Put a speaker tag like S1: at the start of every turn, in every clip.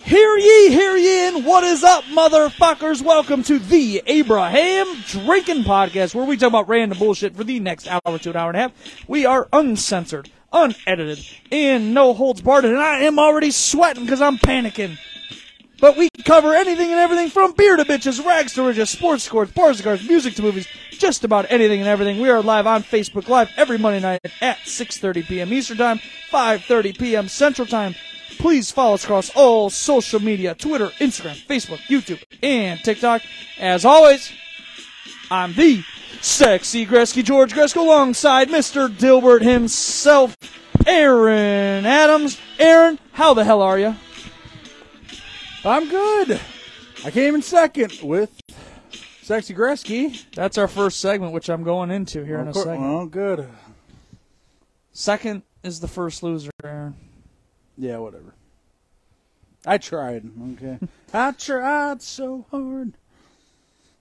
S1: Hear ye, hear ye, and what is up, motherfuckers? Welcome to the Abraham Drinking Podcast, where we talk about random bullshit for the next hour to an hour and a half. We are uncensored, unedited, and no holds barred, and I am already sweating because I'm panicking. But we cover anything and everything from beer to bitches, rags to riches, sports scores, bars to cars, music to movies, just about anything and everything. We are live on Facebook Live every Monday night at 6.30 p.m. Eastern Time, 5.30 p.m. Central Time. Please follow us across all social media, Twitter, Instagram, Facebook, YouTube, and TikTok. As always, I'm the sexy Gresky George Gresko alongside Mr. Dilbert himself, Aaron Adams. Aaron, how the hell are you?
S2: I'm good. I came in second with Sexy Gresky.
S1: That's our first segment, which I'm going into here in a
S2: Of cour-
S1: second.
S2: Well, good.
S1: Second is the first loser, Aaron.
S2: Yeah, whatever. I tried. Okay. I tried so hard.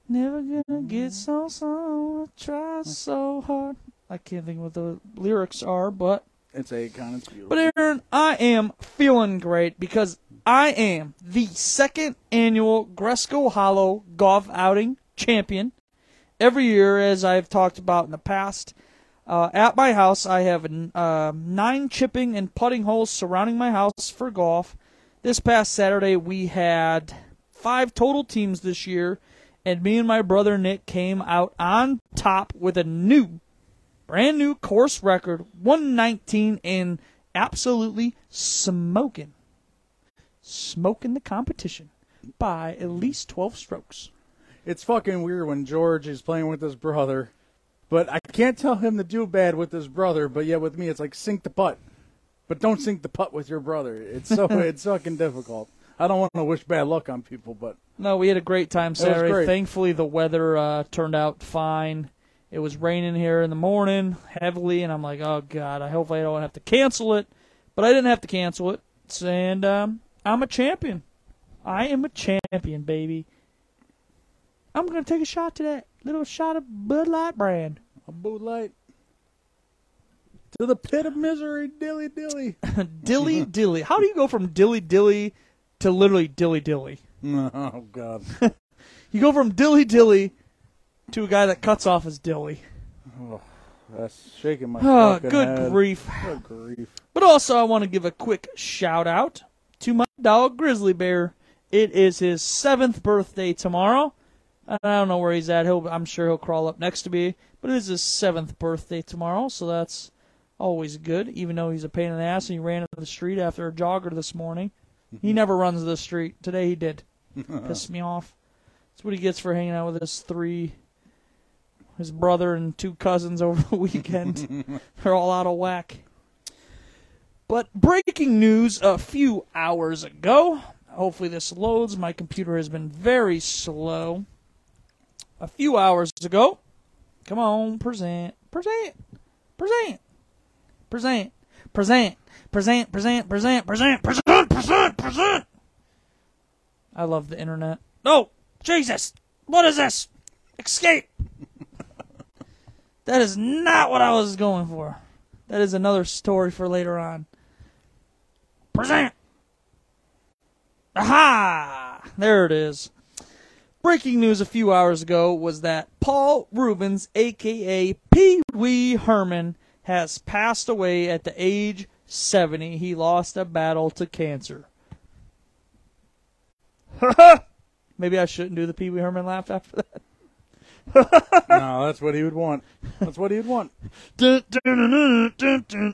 S1: Never gonna get so so I try so hard. I can't think what the lyrics are, but
S2: It's a kind of beautiful.
S1: but Aaron, I am feeling great because I am the second annual Gresco Hollow golf outing champion. Every year, as I've talked about in the past, uh, at my house I have uh, nine chipping and putting holes surrounding my house for golf. This past Saturday we had five total teams this year, and me and my brother Nick came out on top with a new brand new course record 119 and absolutely smoking smoking the competition by at least 12 strokes
S2: it's fucking weird when George is playing with his brother, but I can't tell him to do bad with his brother. But yet with me, it's like sink the putt, but don't sink the putt with your brother. It's so it's fucking difficult. I don't want to wish bad luck on people, but
S1: no we had a great time saturday
S2: great.
S1: thankfully the weather uh, turned out fine it was raining here in the morning heavily and i'm like oh god i hope i don't have to cancel it but i didn't have to cancel it and um, i'm a champion i am a champion baby i'm gonna take a shot to that little shot of bud light brand
S2: a boot light to the pit of misery, dilly dilly.
S1: dilly dilly. How do you go from dilly dilly to literally dilly dilly?
S2: Oh God!
S1: You go from dilly dilly to a guy that cuts off his dilly.
S2: Oh, That's shaking my
S1: Oh,
S2: fucking
S1: good
S2: head.
S1: grief.
S2: Ah, Good grief!
S1: But also, I want to give a quick shout out to my dog Grizzly Bear. It is his seventh birthday tomorrow. And I don't know where he's at. He'll, I'm sure he'll crawl up next to me. But it is his seventh birthday tomorrow, so that's always good. Even though he's a pain in the ass and he ran into the street after a jogger this morning. He never runs the street. Today he did. Pissed me off. That's what he gets for hanging out with his three, his brother and two cousins over the weekend. They're all out of whack. But breaking news a few hours ago. Hopefully, this loads. My computer has been very slow. A few hours ago. Come on, present, present, present, present, present, present, present, present, present, present, present, present. I love the internet. No, Jesus, what is this? Escape. that is not what I was going for. That is another story for later on. Present. Aha! There it is. Breaking news a few hours ago was that Paul Rubens, aka Pee Wee Herman, has passed away at the age 70. He lost a battle to cancer. Maybe I shouldn't do the Pee Wee Herman laugh after that.
S2: no, that's what he would want. That's what he would want.
S1: Dun, dun, dun, dun, dun, dun.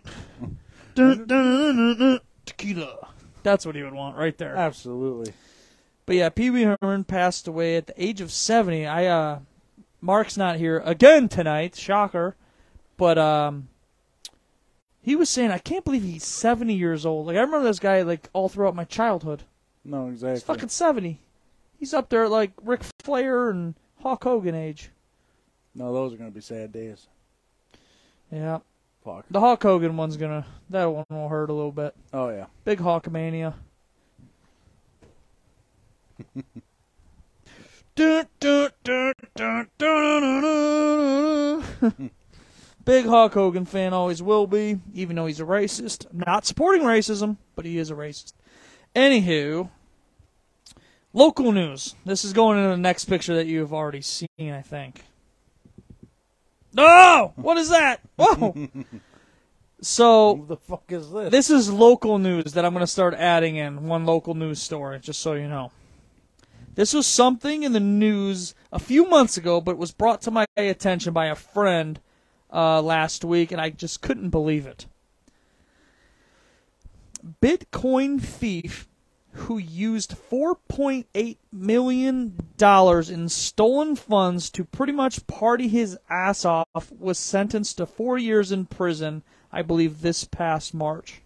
S1: Dun, dun, dun, dun, dun. Tequila. That's what he would want right there.
S2: Absolutely.
S1: But yeah, Pee Wee Herman passed away at the age of 70. I uh Mark's not here again tonight, shocker. But um he was saying I can't believe he's 70 years old. Like I remember this guy like all throughout my childhood.
S2: No, exactly.
S1: He's fucking 70. He's up there at, like Ric Flair and Hulk Hogan age.
S2: No, those are gonna be sad days.
S1: Yeah.
S2: Fuck.
S1: The Hulk Hogan one's going to that one will hurt a little bit.
S2: Oh yeah.
S1: Big Hawkmania. Dun, dun, dun, dun, dun, dun, dun, dun. Big Hulk Hogan fan always will be, even though he's a racist. Not supporting racism, but he is a racist. Anywho, local news. This is going into the next picture that you've already seen, I think. No! What is that? Whoa! So,
S2: Who the fuck is Oh. this?
S1: this is local news that I'm going to start adding in one local news story, just so you know. This was something in the news a few months ago, but it was brought to my attention by a friend uh, last week, and I just couldn't believe it. Bitcoin thief who used $4.8 million in stolen funds to pretty much party his ass off was sentenced to four years in prison, I believe, this past March.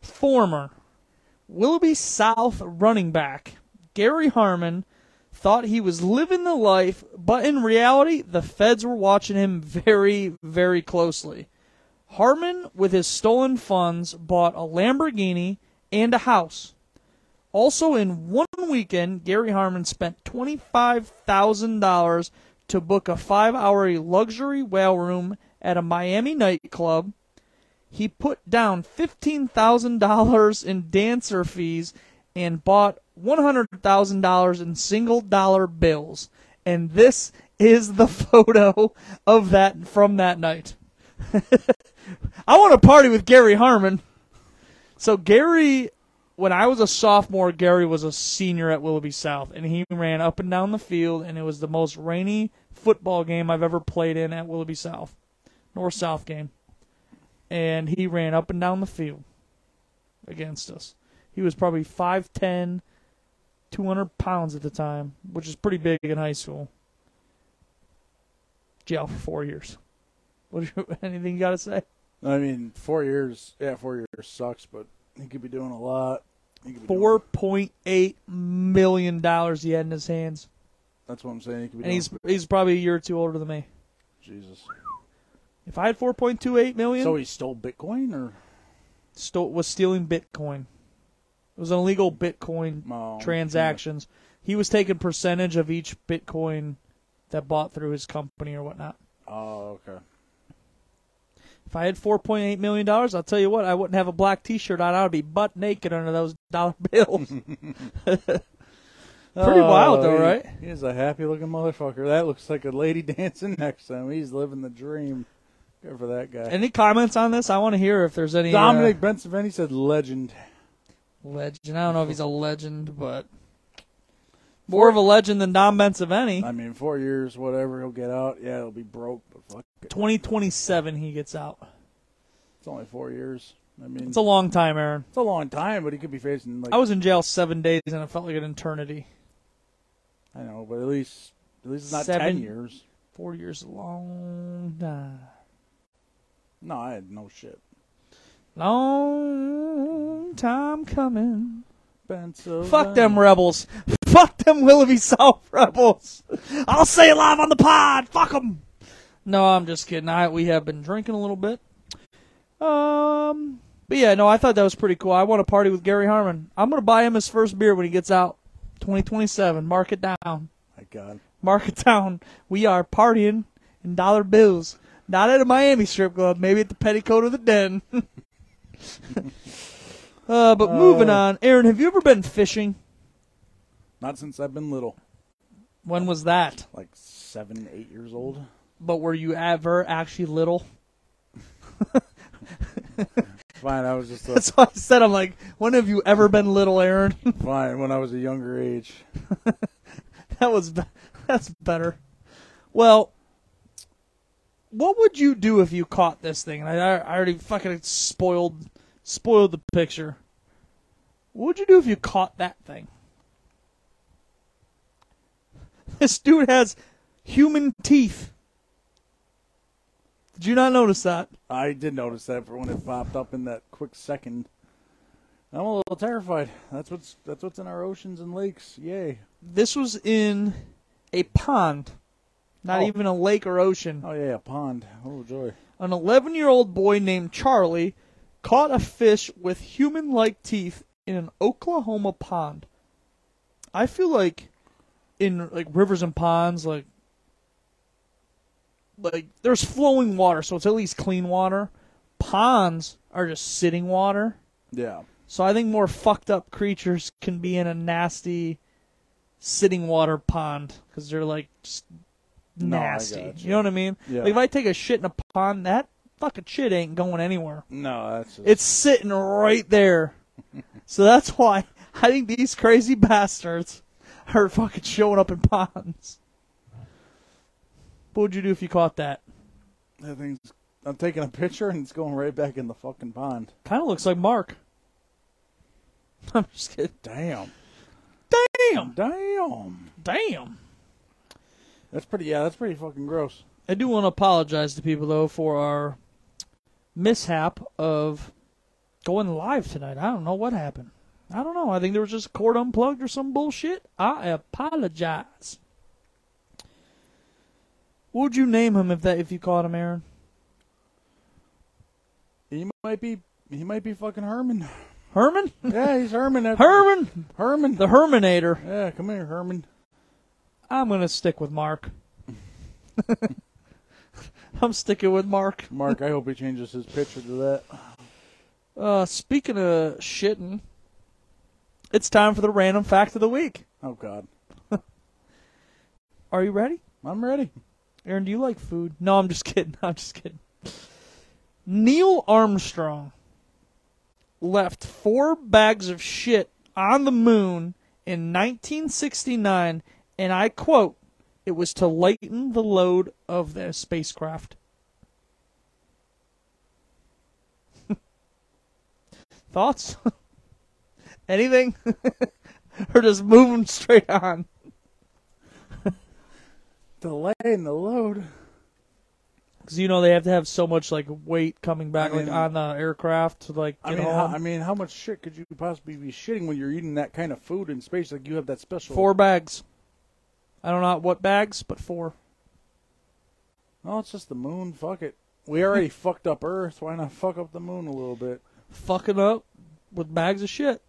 S1: Former Willoughby South running back Gary Harmon thought he was living the life, but in reality, the feds were watching him very, very closely. Harmon, with his stolen funds, bought a Lamborghini and a house. Also, in one weekend, Gary Harmon spent $25,000 to book a five hour luxury whale room at a Miami nightclub. He put down $15,000 in dancer fees and bought $100,000 in single dollar bills. And this is the photo of that from that night. I want to party with Gary Harmon. So Gary, when I was a sophomore, Gary was a senior at Willoughby South, and he ran up and down the field, and it was the most rainy football game I've ever played in at Willoughby South, north south game. And he ran up and down the field against us. He was probably 5'10", 200 pounds at the time, which is pretty big in high school. Jail for four years. What? do you- Anything you got to say?
S2: I mean, four years. Yeah, four years sucks, but he could be doing a lot. He could be doing-
S1: four point eight million dollars he had in his hands,
S2: that's what I'm saying. He could be
S1: and
S2: doing.
S1: he's he's probably a year or two older than me.
S2: Jesus.
S1: If I had four point two eight million,
S2: So he stole Bitcoin, or
S1: sto- was stealing Bitcoin. It was an illegal Bitcoin
S2: no,
S1: transactions. He was taking percentage of each Bitcoin that bought through his company or whatnot.
S2: Oh, okay.
S1: If I had four point eight million dollars, I'll tell you what, I wouldn't have a black T-shirt on. I'd be butt naked under those dollar bills. Pretty wild, though,
S2: Oh, he-
S1: right?
S2: He's a happy-looking motherfucker. That looks like a lady dancing next to him. He's living the dream. Good for that guy.
S1: Any comments on this? I want to hear if there's any uh,
S2: Dominic Bensavendi said legend.
S1: Legend. I don't know if he's a legend, but more of a legend than Don Bensavanti.
S2: I mean, four years, whatever. He'll get out. Yeah, he'll be broke, but fuck it.
S1: Twenty twenty seven, he gets out.
S2: It's only four years. I mean,
S1: It's a long time, Aaron.
S2: it's a long time, but he could be facing like
S1: I was in jail seven days, and it felt like an eternity.
S2: I know, but at least at least it's not
S1: Seven-
S2: ten years.
S1: Four years, a long time.
S2: No, I had no shit.
S1: Long time coming.
S2: Bensavendi.
S1: Fuck them rebels. Fuck them Willoughby South rebels. I'll say it live on the pod. Fuck them. No, I'm just kidding. I we have been drinking a little bit. Um, but yeah, no, I thought that was pretty cool. I want to party with Gary Harmon. I'm gonna buy him his first beer when he gets out. 2027. Mark it down.
S2: My God.
S1: Mark it down. We are partying in dollar bills. Not at a Miami strip club. Maybe at the Petticoat of the Den. uh, but moving
S2: Uh.
S1: on. Aaron, have you ever been fishing?
S2: Not since I've been little,
S1: When was that?
S2: like seven, eight years old.
S1: But were you ever actually little?
S2: Fine, I was just a,
S1: That's why I said I'm like, when have you ever been little, Aaron?
S2: fine when I was a younger age.
S1: that was be- that's better. Well, what would you do if you caught this thing? And I, I already fucking spoiled spoiled the picture. What would you do if you caught that thing? This dude has human teeth. Did you not notice that?
S2: I did notice that for when it popped up in that quick second. I'm a little terrified. That's what's that's what's in our oceans and lakes. Yay!
S1: this was in a pond, not
S2: Oh.
S1: even a lake or ocean.
S2: Oh yeah, a pond. Oh joy.
S1: An 11 year old boy named Charlie caught a fish with human like teeth in an Oklahoma pond. I feel like in like rivers and ponds, like like there's flowing water, so it's at least clean water. Ponds are just sitting water.
S2: Yeah.
S1: So I think more fucked up creatures can be in a nasty sitting water pond because they're like just
S2: No, I
S1: nasty.
S2: gotcha.
S1: you know what I mean?
S2: Yeah.
S1: Like if I take a shit in a pond, that fucking shit ain't going anywhere.
S2: No, that's just,
S1: It's sitting right there. so that's why I think these crazy bastards are fucking showing up in ponds. What would you do if you caught that?
S2: that thing's. I'm taking a picture and it's going right back in the fucking pond.
S1: Kind of looks like Mark. I'm just kidding.
S2: Damn.
S1: Damn.
S2: Damn.
S1: Damn.
S2: That's pretty. Yeah, that's pretty fucking gross.
S1: I do want to apologize to people though for our mishap of going live tonight. I don't know what happened. I don't know. I think there was just a cord unplugged or some bullshit. I apologize. What would you name him if that if you caught him, Aaron?
S2: He might be. He might be fucking Herman.
S1: Herman?
S2: Yeah, he's Herman. after-
S1: Herman,
S2: Herman.
S1: the Herminator.
S2: yeah, come here, Herman.
S1: I'm gonna stick with Mark. I'm sticking with Mark.
S2: Mark, I hope he changes his picture to that.
S1: Uh, speaking of shitting, it's time for the random fact of the week.
S2: Oh God,
S1: Are you ready?
S2: I'm ready.
S1: Aaron, do you like food? No, I'm just kidding. I'm just kidding. Neil Armstrong left four bags of shit on the moon in 1969, and I quote, it was to lighten the load of the spacecraft. Thoughts? Anything? or just moving straight on?
S2: Delay in the load.
S1: Because you know they have to have so much like weight coming back
S2: I mean-
S1: like on the aircraft to like
S2: I
S1: get
S2: mean,
S1: home.
S2: how, I mean, how much shit could you possibly be shitting when you're eating that kind of food in space? Like you have that special.
S1: four bags. I don't know what bags, but four.
S2: No, "Oh, it's just the moon. Fuck it. We already fucked up Earth. Why not fuck up the moon a little bit?
S1: Fucking up with bags of shit,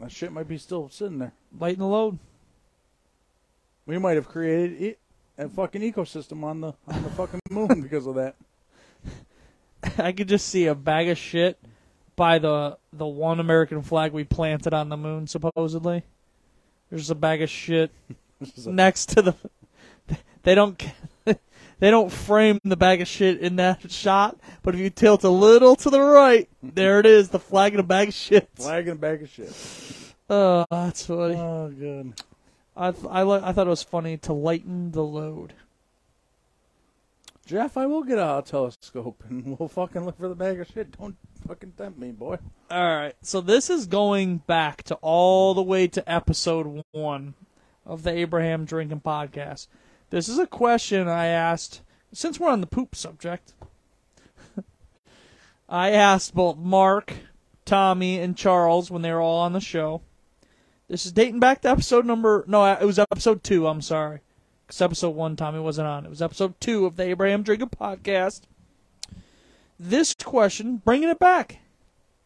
S2: That shit might be still sitting there.
S1: lighten the load.
S2: We might have created it a fucking ecosystem on the on the fucking moon because of that.
S1: I could just see a bag of shit by the the one American flag we planted on the moon. Supposedly, there's a bag of shit
S2: This is a-
S1: next to the. They don't. They don't frame the bag of shit in that shot, but if you tilt a little to the right, there it is—the flag and a bag of shit.
S2: flag and a bag of shit.
S1: Oh, that's funny.
S2: Oh god.
S1: I th- I, li- I thought it was funny to lighten the load.
S2: Jeff, I will get a telescope and we'll fucking look for the bag of shit. Don't fucking tempt me, boy.
S1: All right, so this is going back to all the way to episode one of the Abraham Drinking Podcast. This is a question I asked since we're on the poop subject. I asked both Mark, Tommy, and Charles when they were all on the show. This is dating back to episode number no, uh, it was episode two. I'm sorry, because episode one Tommy wasn't on. It was episode two of the Abraham Drinking Podcast. This question, bringing it back.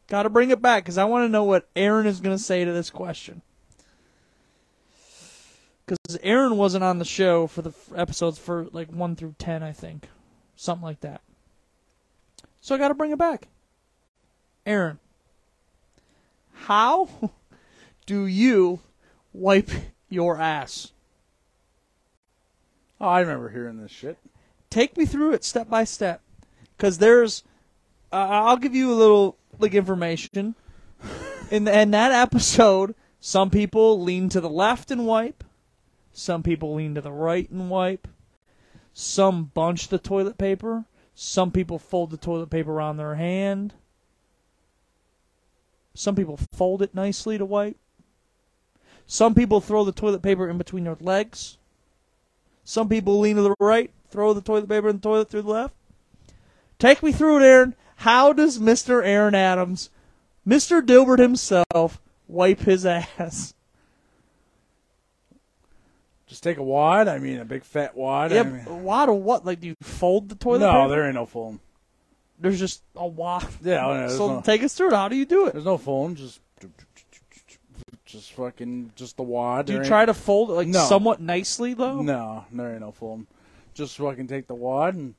S1: Got to bring it back because I want to know what Aaron is going to say to this question. Because Aaron wasn't on the show for the f- episodes for like 1 through 10, I think. Something like that. So I got to bring it back. Aaron, how do you wipe your ass?
S2: Oh, I remember hearing this shit.
S1: take me through it step by step because there's uh, i'll give you a little like information in, the, in that episode some people lean to the left and wipe some people lean to the right and wipe some bunch the toilet paper some people fold the toilet paper around their hand some people fold it nicely to wipe some people throw the toilet paper in between their legs some people lean to the right, throw the toilet paper in the toilet through the left. Take me through it, Aaron. How does Mr. Aaron Adams, Mr. Dilbert himself, wipe his ass?
S2: Just take a wad. I mean, a big fat wad. I
S1: Yeah,
S2: mean-
S1: but a lot of what? Like, do you fold the toilet
S2: no,
S1: paper?
S2: there ain't no phone.
S1: There's just a lot.
S2: Yeah, oh, yeah, there's
S1: so
S2: no-
S1: take us through it. How do you do it?
S2: There's no phone. Just just fucking just the wad.
S1: Do you
S2: There
S1: try
S2: ain't-
S1: to fold it like
S2: No.
S1: somewhat nicely though?
S2: No, there ain't no folding. Just fucking take the wad and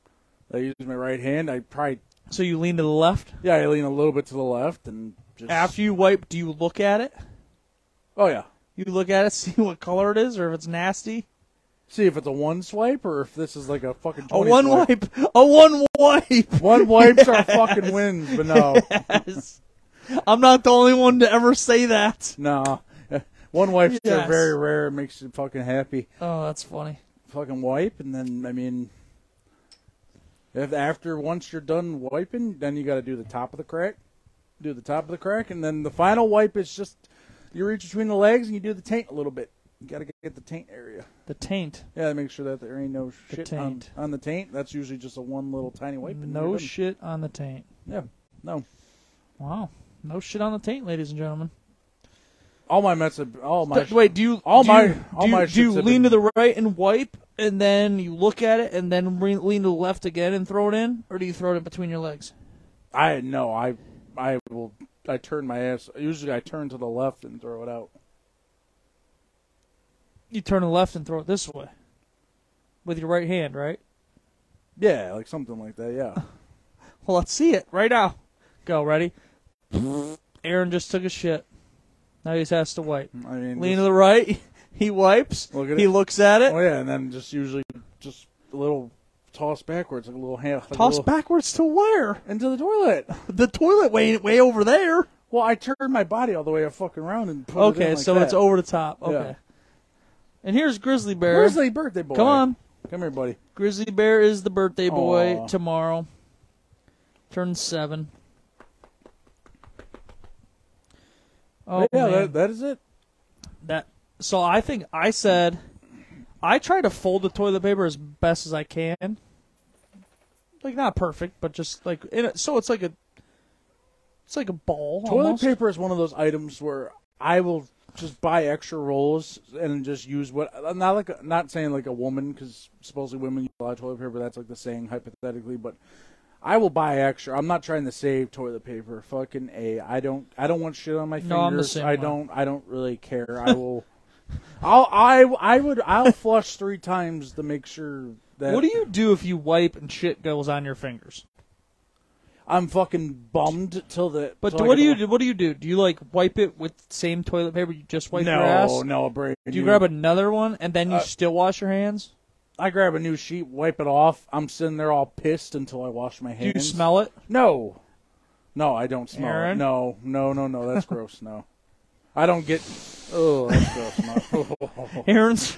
S2: I use my right hand. I probably
S1: So you lean to the left.
S2: yeah, I lean a little bit to the left and just
S1: After you wipe, do you look at it?
S2: Oh yeah.
S1: You look at it, see what color it is, or if it's nasty.
S2: See if it's a one swipe or if this is like a fucking
S1: A
S2: 20
S1: one
S2: swipe.
S1: wipe. A one wipe.
S2: One wipe's our fucking wins, but no,
S1: Yes. I'm not the only one to ever say that.
S2: no. One wipe's are
S1: Yes.
S2: very rare. It makes you fucking happy.
S1: Oh, that's funny.
S2: Fucking wipe, and then I mean, if after once you're done wiping, then you got to do the top of the crack, do the top of the crack, and then the final wipe is just you reach between the legs and you do the taint a little bit. You got to get the taint area.
S1: The taint.
S2: Yeah, make sure that there ain't no
S1: The
S2: shit on,
S1: taint.
S2: on the taint. That's usually just a one little tiny wipe. and you're
S1: No
S2: done.
S1: shit on the taint.
S2: Yeah, no.
S1: Wow. No shit on the taint, ladies and gentlemen.
S2: All my meds, have- all my
S1: Th- wait, do you
S2: all
S1: do
S2: my-
S1: you,
S2: all
S1: do you,
S2: my
S1: do you
S2: shits have
S1: lean to
S2: been-
S1: the right and wipe, and then you look at it, and then re- lean to the left again and throw it in, or do you throw it in between your legs?
S2: I no, I I will I turn my ass usually I turn to the left and throw it out.
S1: You turn to the left and throw it this way with your right hand, right?
S2: Yeah, like something like that, yeah.
S1: Well, let's see it right now. Go, ready? Aaron just took a shit. Now he just has to wipe.
S2: I mean
S1: Lean
S2: just-
S1: to the right. He wipes.
S2: Look at
S1: he
S2: it.
S1: looks at it.
S2: Oh yeah, and then just usually just a little toss backwards, like a little hand like a
S1: Toss
S2: little-
S1: backwards to where?
S2: into the toilet.
S1: The toilet way way over there.
S2: Well, I turned my body all the way fucking around and put it
S1: Okay,
S2: in like
S1: so
S2: that.
S1: it's over the top. Okay.
S2: Yeah.
S1: And here's Grizzly Bear.
S2: Grizzly birthday boy.
S1: Come on.
S2: Come here, buddy.
S1: Grizzly Bear is the birthday boy
S2: Aw.
S1: tomorrow. Turns seven. Oh
S2: yeah,
S1: man.
S2: that, that is it.
S1: That so I think I said I try to fold the toilet paper as best as I can. Like not perfect, but just like in a, so it's like a it's like a ball. almost.
S2: Toilet paper is one of those items where I will just buy extra rolls and just use what. I'm not like not saying like a woman because supposedly women use a lot of toilet paper. That's like the saying hypothetically, but I will buy extra. I'm not trying to save toilet paper. Fucking a. I don't. I don't want shit on my fingers.
S1: No, I'm the same
S2: I
S1: way.
S2: don't. I don't really care. I will. I'll. I. I would. I'll flush three times to make sure that.
S1: What do you do if you wipe and shit goes on your fingers?
S2: I'm fucking bummed till the.
S1: But
S2: till I
S1: what
S2: get
S1: do you
S2: the-
S1: do? What do you do? Do you like wipe it with the same toilet paper you just wiped your ass?
S2: No, Uh, no, brain.
S1: Do you grab another one and then you still wash your hands?
S2: I grab a new sheet, wipe it off. I'm sitting there all pissed until I wash my
S1: Do you
S2: hands.
S1: smell it?
S2: No, no, I don't smell. it.
S1: Aaron?
S2: No, no, no, no. That's gross. No, I don't get. Oh, that's gross. No.
S1: Aaron's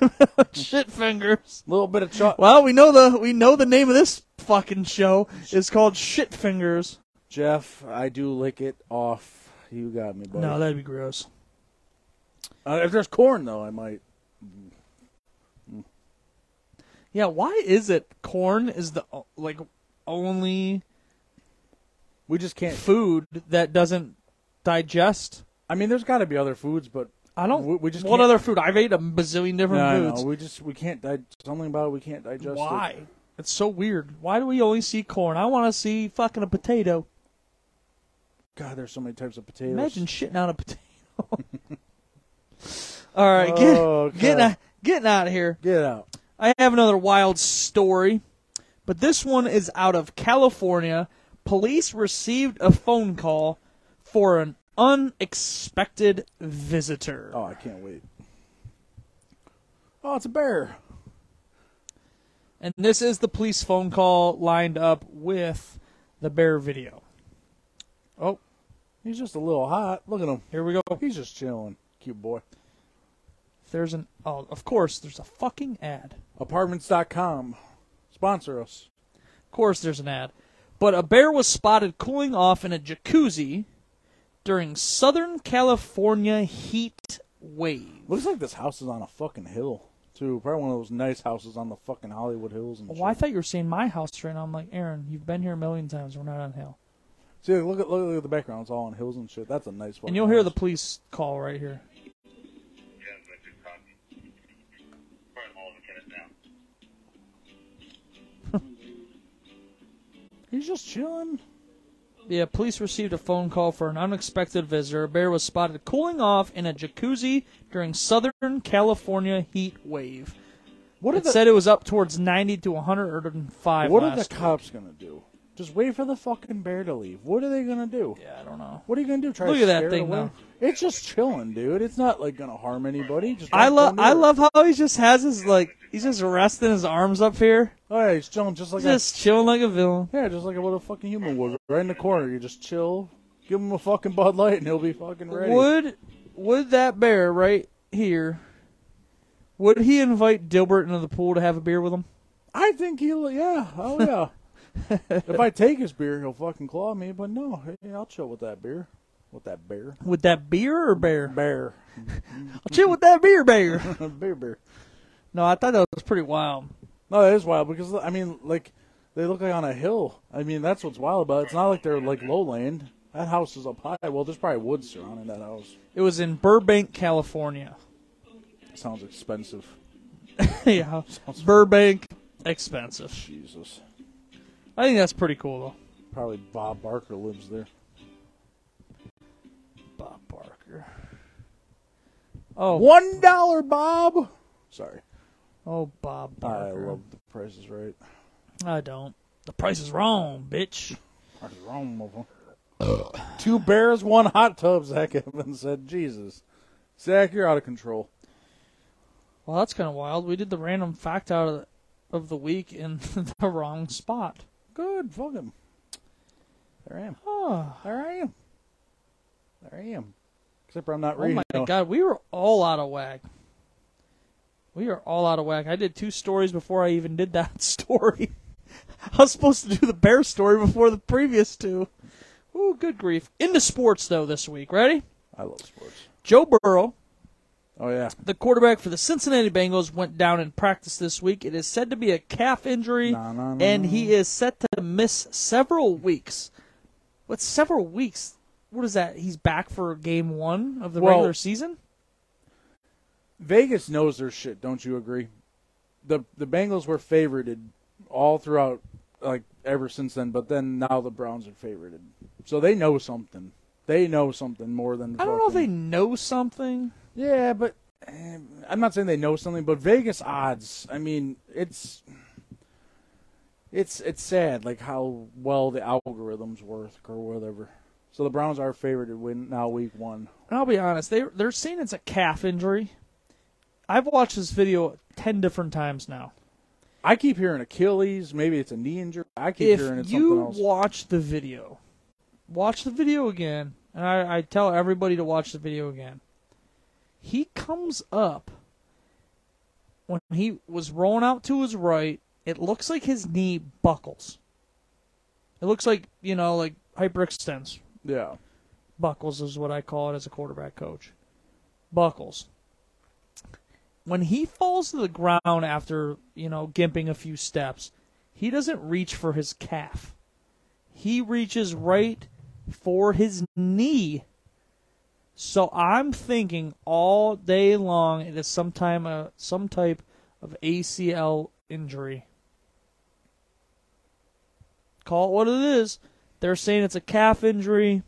S1: shit fingers.
S2: little bit of chalk.
S1: Well, we know the we know the name of this fucking show is called Shit Fingers.
S2: Jeff, I do lick it off. You got me, buddy.
S1: No, that'd be gross.
S2: Uh, if there's corn though, I might.
S1: Yeah, why is it corn is the o- like only
S2: We just can't.
S1: food that doesn't digest?
S2: I mean, there's got to be other foods, but
S1: I don't.
S2: We- we just
S1: what
S2: can't-
S1: other food? I've ate a bazillion different
S2: no, no,
S1: foods.
S2: we just we can't. Di- something about it, we can't digest. it.
S1: Why? It's so weird. Why do we only see corn? I want to see fucking a potato.
S2: God, there's so many types of potatoes.
S1: Imagine shitting on a potato. All right, get,
S2: Oh,
S1: getting
S2: God.
S1: out, getting out of here.
S2: Get out.
S1: I have another wild story, but this one is out of California. Police received a phone call for an unexpected visitor.
S2: Oh, I can't wait. Oh, it's a bear.
S1: And this is the police phone call lined up with the bear video.
S2: Oh, he's just a little hot. Look at him. Oh,
S1: Here we go.
S2: He's just chilling. Cute boy.
S1: There's an oh, of course there's a fucking ad.
S2: Apartments.com. Sponsor us.
S1: Of course, there's an ad. But a bear was spotted cooling off in a jacuzzi during Southern California heat wave.
S2: Looks like this house is on a fucking hill, too. Probably one of those nice houses on the fucking Hollywood Hills and
S1: Well, I
S2: shit.
S1: thought you were saying my house right now. I'm like, Aaron, you've been here a million times. We're not on hill.
S2: See, look at, look, at- look at the background. It's all on hills and shit. That's a nice one.
S1: And you'll hear the police call right here.
S3: Yeah, it's like good coffee. Burn all the it down.
S2: He's just chilling.
S1: Yeah, police received a phone call for an unexpected visitor. A bear was spotted cooling off in a jacuzzi during Southern California heat wave.
S2: What are
S1: It
S2: the
S1: said it was up towards 90 to 105
S2: What are the
S1: last
S2: cops gonna do? Just wait for the fucking bear to leave. What are they gonna do?
S1: week. Yeah, I don't know.
S2: What are you gonna do? Try
S1: Look
S2: to
S1: at that
S2: scare it
S1: thing,
S2: away? It's just chilling, dude. It's not like gonna harm anybody. Just
S1: I
S2: don't
S1: love
S2: go near
S1: I
S2: it.
S1: love how he just has his like he's just resting his arms up here,
S2: Oh yeah, he's chilling just like
S1: just chilling like a villain.
S2: a yeah, just like a little fucking human would. Right in the corner, you just chill. Give him a fucking Bud Light, and he'll be fucking ready.
S1: Would would that bear right here? Would he invite Dilbert into the pool to have a beer with him?
S2: I think he'll. Yeah. Oh yeah. if I take his beer, he'll fucking claw me. But no, hey, I'll chill with that beer. With that bear.
S1: With that beer or bear?
S2: Bear.
S1: I'll chill with that beer bear.
S2: beer bear.
S1: No, I thought that was pretty wild.
S2: No, that is wild because I mean, like, they look like on a hill. I mean, that's what's wild about it. It's not like they're like lowland. That house is up high. Well, there's probably woods surrounding that house.
S1: It was in Burbank, California.
S2: Sounds expensive.
S1: yeah, Burbank, expensive.
S2: Jesus.
S1: I think that's pretty cool though.
S2: Probably Bob Barker lives there.
S1: Bob Barker. Oh,
S2: One dollar, Bob. Sorry,
S1: oh, Bob
S2: I
S1: Barker.
S2: love the prices right.
S1: I don't. The price is wrong, bitch.
S2: What's wrong with them? Two bears, one hot tub. Zach Evans said, "Jesus, Zach, you're out of control."
S1: Well, that's kind of wild. We did the random fact out of the, of the week in the wrong spot.
S2: Good, fuck him. There I am.
S1: Oh,
S2: There I am. There I am. Except for I'm not
S1: oh
S2: reading.
S1: my
S2: no.
S1: god, we were all out of whack. We are all out of whack. I did two stories before I even did that story. I was supposed to do the bear story before the previous two. Ooh, good grief. Into sports though this week. Ready?
S2: I love sports.
S1: Joe Burrow,
S2: Oh yeah.
S1: the quarterback for the Cincinnati Bengals, went down in practice this week. It is said to be a calf injury.
S2: No, no, no.
S1: and he is set to miss several weeks. What's several weeks? What is that? He's back for game one of the
S2: Well-
S1: regular season?
S2: Vegas knows their shit. Don't you agree? The the Bengals were favorited all throughout, like ever since then. But then now the Browns are favorited, so they know something. They know something more than.
S1: I don't know if they
S2: fucking-
S1: know something.
S2: Yeah, but eh, I'm not saying they know something, but Vegas odds. I mean, it's it's it's sad like how well the algorithms work or whatever. So the Browns are favored to win now week one.
S1: And I'll be honest, they they're saying it's a calf injury. I've watched this video ten different times now.
S2: I keep hearing Achilles, maybe it's a knee injury. I keep hearing
S1: if
S2: it's
S1: you
S2: something else.
S1: watch the video, watch the video again, and I, I tell everybody to watch the video again. He comes up when he was rolling out to his right. It looks like his knee buckles. It looks like you know, like hyperextends.
S2: yeah.
S1: Buckles is what I call it as a quarterback coach. Buckles. When he falls to the ground after, you know, gimping a few steps, he doesn't reach for his calf. He reaches right for his knee. So I'm thinking all day long it is some time uh, some type of ACL injury. Call it what it is. They're saying it's a calf injury.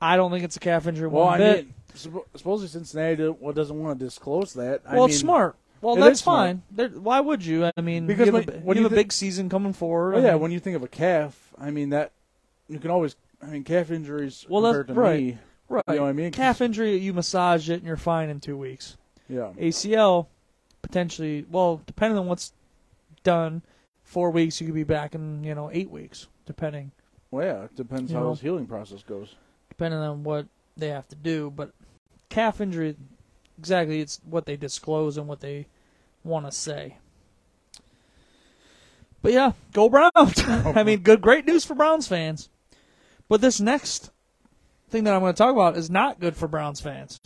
S1: I don't think it's a calf injury
S2: Well,
S1: one
S2: I
S1: bit.
S2: mean, suppo- supposedly Cincinnati do- well, doesn't want to disclose that. I
S1: Well, it's
S2: mean,
S1: smart. Well,
S2: it
S1: that's
S2: is smart.
S1: fine. There, why would you? I mean,
S2: Because
S1: you have,
S2: when-
S1: a, bi-
S2: when
S1: you
S2: you
S1: have a
S2: thi-
S1: big season coming forward.
S2: Well,
S1: I
S2: oh, yeah,
S1: mean,
S2: when you think of a calf, I mean that you can always. I mean, calf injuries
S1: Well, that's
S2: compared to
S1: right.
S2: knee.
S1: right.
S2: you know what I mean?
S1: Calf injury, you massage it and you're fine in two weeks.
S2: Yeah.
S1: ACL, potentially, well, depending on what's done, four weeks, you could be back in, you know, eight weeks, depending
S2: Well, yeah, it depends
S1: You
S2: how
S1: know.
S2: his healing process goes.
S1: depending on what they have to do. But calf injury, exactly, it's what they disclose and what they want to say. But yeah, go Browns. I mean, good, great news for Browns fans. But this next thing that I'm going to talk about is not good for Browns fans.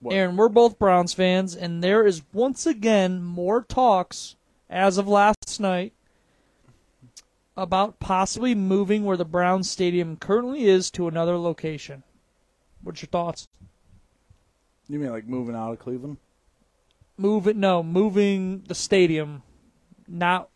S2: What?
S1: Aaron, we're both Browns fans, and there is once again more talks as of last night about possibly moving where the Browns stadium currently is to another location. What's your thoughts?
S2: You mean like moving out of Cleveland?
S1: Move it? No, moving the stadium, not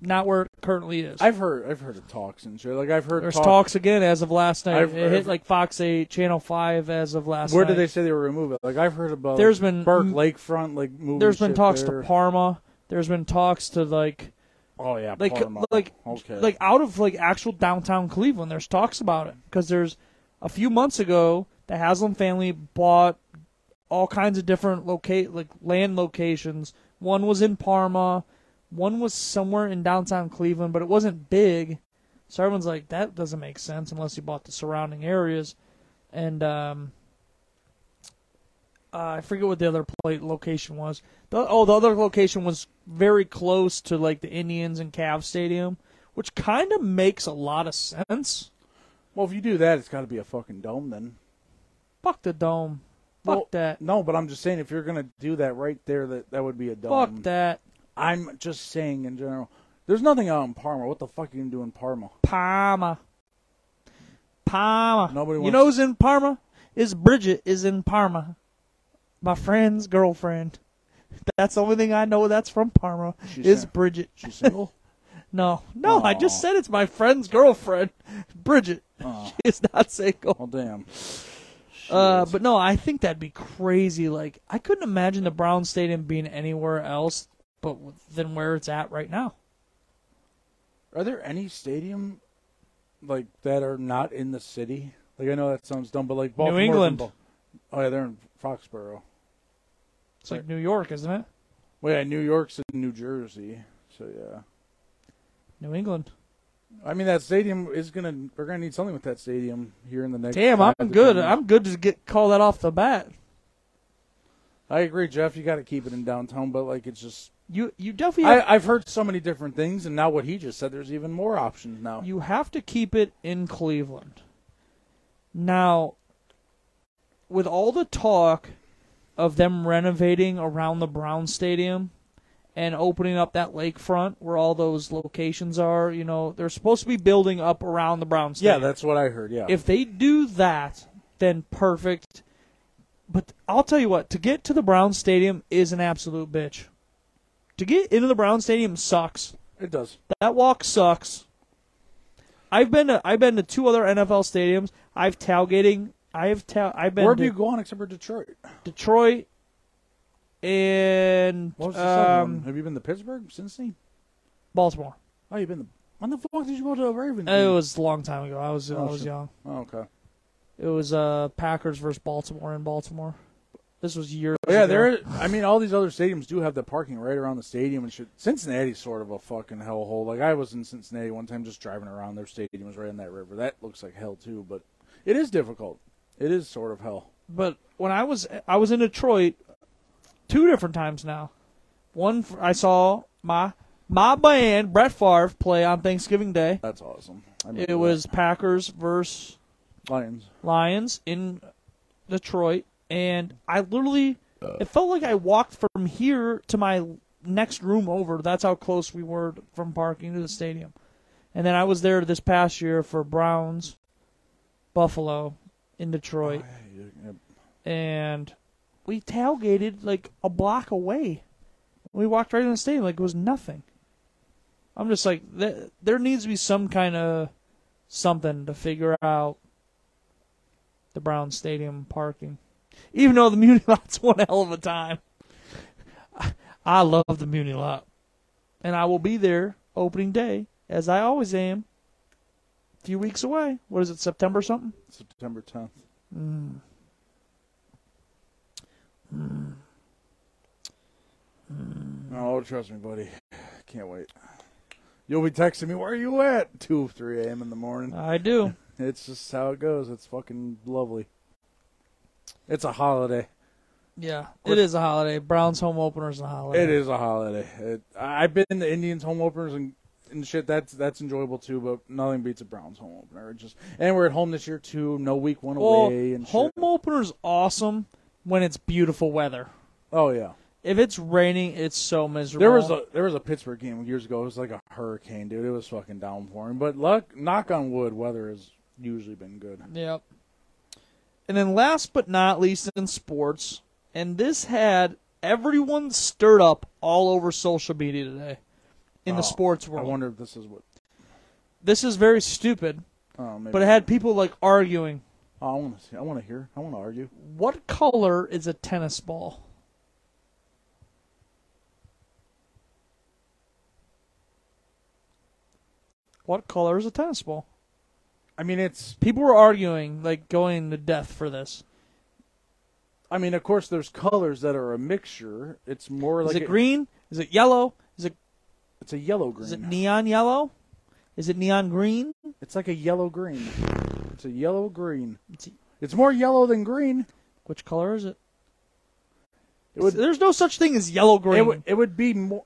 S1: not where it currently is.
S2: I've heard I've heard of talks and shit. Like I've heard
S1: There's
S2: talk-
S1: talks again as of last night.
S2: I've-
S1: it hit
S2: I've-
S1: like Fox 8, Channel 5 as of last
S2: Where
S1: night.
S2: did they say they were removing? Like I've heard about.
S1: There's been-
S2: Burke
S1: mm,
S2: Lakefront like moving.
S1: There's been
S2: shit
S1: talks
S2: there.
S1: to Parma. There's been talks to like
S2: Oh yeah,
S1: like
S2: Parma.
S1: like
S2: okay.
S1: like out of like actual downtown Cleveland. There's talks about it because there's a few months ago the Haslam family bought all kinds of different locate like land locations. One was in Parma, one was somewhere in downtown Cleveland, but it wasn't big. So everyone's like, that doesn't make sense unless you bought the surrounding areas. And um, uh, I forget what the other plate location was. The, oh, the other location was very close to like the Indians and Cavs Stadium, which kind of makes a lot of sense.
S2: well, if you do that, it's got to be a fucking dome then.
S1: Fuck the dome. Fuck
S2: Well,
S1: that.
S2: No, but I'm just saying if you're gonna do that right there, that that would be a dome.
S1: Fuck that.
S2: I'm just saying in general. There's nothing out in Parma. What the fuck are you gonna do in Parma?
S1: Parma. Parma.
S2: Nobody
S1: you
S2: wants-
S1: know who's in Parma? Is Bridget is in Parma. My friend's girlfriend. That's the only thing I know that's from Parma.
S2: She's
S1: is
S2: in-
S1: Bridget.
S2: She single?
S1: No. No, I
S2: Aw.
S1: just said it's my friend's girlfriend. Bridget.
S2: oh,
S1: It's not single.
S2: well, damn.
S1: Uh,
S2: Shit.
S1: but no, I think that'd be crazy. Like, I couldn't imagine the Brown Stadium being anywhere else but w- than where it's at right now.
S2: are there any stadium like that are not in the city? Like I know that sounds dumb, but like Baltimore.
S1: England.
S2: Oh yeah, they're in Foxborough.
S1: It's like New York, isn't it?
S2: Well, yeah, New York's in New Jersey, so yeah.
S1: New England.
S2: I mean, that stadium is gonna. We're gonna need something with that stadium here in the next.
S1: Damn,
S2: five
S1: I'm
S2: to
S1: good.
S2: 10
S1: I'm good to get call that off the bat.
S2: I agree, Jeff. You got to keep it in downtown, but like it's just.
S1: You you definitely have,
S2: I, I've heard so many different things, and now what he just said, there's even more options now.
S1: you have to keep it in Cleveland. Now, with all the talk of them renovating around the Brown Stadium and opening up that lakefront where all those locations are, you know, they're supposed to be building up around the Brown
S2: yeah,
S1: Stadium.
S2: that's what I heard. Yeah.
S1: If they do that, then perfect. But I'll tell you what, to get to the Brown Stadium is an absolute bitch. To get into the Brown Stadium sucks.
S2: it does.
S1: That walk sucks. I've been to I've been to two other NFL stadiums. I've tailgating. I've ta- I've been
S2: Where have
S1: to
S2: you gone except for Detroit?
S1: Detroit and
S2: What was the
S1: um,
S2: second one? Have you been to Pittsburgh, Cincy?
S1: Baltimore.
S2: Oh, you've been. To, when the fuck did you go to a Ravens?
S1: It
S2: game?
S1: was a long time ago. I was I
S2: Mm-hmm. Oh,
S1: was
S2: shit.
S1: young.
S2: Oh, okay.
S1: It was uh, Packers versus Baltimore in Baltimore. This was years.
S2: But Oh, yeah,
S1: ago.
S2: there. I mean, all these other stadiums do have the parking right around the stadium and shit. Cincinnati's sort of a fucking hellhole. Like I was in Cincinnati one time, just driving around. Their stadium was right on that river. That looks like hell too, but it is difficult. It is sort of hell.
S1: but when I was I was in Detroit two different times now. One f- I saw my my band Brett Favre play on Thanksgiving Day.
S2: That's awesome. I remember
S1: It
S2: that.
S1: was Packers versus
S2: Lions.
S1: Lions in Detroit, and I literally it felt like I walked from here to my next room over. That's how close we were from parking to the stadium. And then I was there this past year for Browns, Buffalo, in Detroit
S2: Oh,
S1: and we tailgated like a block away. We walked right in the stadium like it was nothing. I'm just like th- there needs to be some kind of something to figure out the Brown Stadium parking. Even though the Muni lot's one hell of a time. I love the Muni lot. And I will be there opening day as I always am. A few weeks away. What is it, September something?
S2: September 10th.
S1: Mm.
S2: Oh, trust me, buddy. Can't wait. You'll be texting me, where are you at? 2, 3 a.m. in the morning.
S1: I do.
S2: It's just how it goes. It's fucking lovely. It's a holiday.
S1: Yeah, it is a holiday. Brown's home opener is a holiday.
S2: It is a holiday. It, I- I've been to Indians home openers and and shit. That's that's enjoyable too. But nothing beats a Browns home opener. It just and we're at home this year too. No week one
S1: Well,
S2: away and
S1: home
S2: shit.
S1: opener's awesome when it's beautiful weather.
S2: Oh yeah.
S1: If it's raining, it's so miserable.
S2: There was a there was a Pittsburgh game years ago. It was like a hurricane, dude. It was fucking downpouring. But luck, knock on wood, weather has usually been good.
S1: Yep. And then last but not least in sports, and this had everyone stirred up all over social media today. in
S2: Oh,
S1: the sports
S2: I
S1: world.
S2: wonder if this is what.
S1: This is very stupid,
S2: Oh, maybe.
S1: but it had people like arguing.
S2: Oh, I want to see. I want to hear. I want to argue.
S1: What color is a tennis ball? What color is a tennis ball?
S2: I mean, it's.
S1: People were arguing, like going to death for this.
S2: I mean, of course, there's colors that are a mixture. It's more
S1: Is
S2: like
S1: it
S2: a-
S1: green? Is it yellow? Is it
S2: It's a yellow green.
S1: is it neon yellow? Is it neon green?
S2: it's like a yellow green. It's a yellow green.
S1: It's-
S2: It's more yellow than green.
S1: Which color is it?
S2: It would.
S1: There's no such thing as yellow green.
S2: It would. It would be more.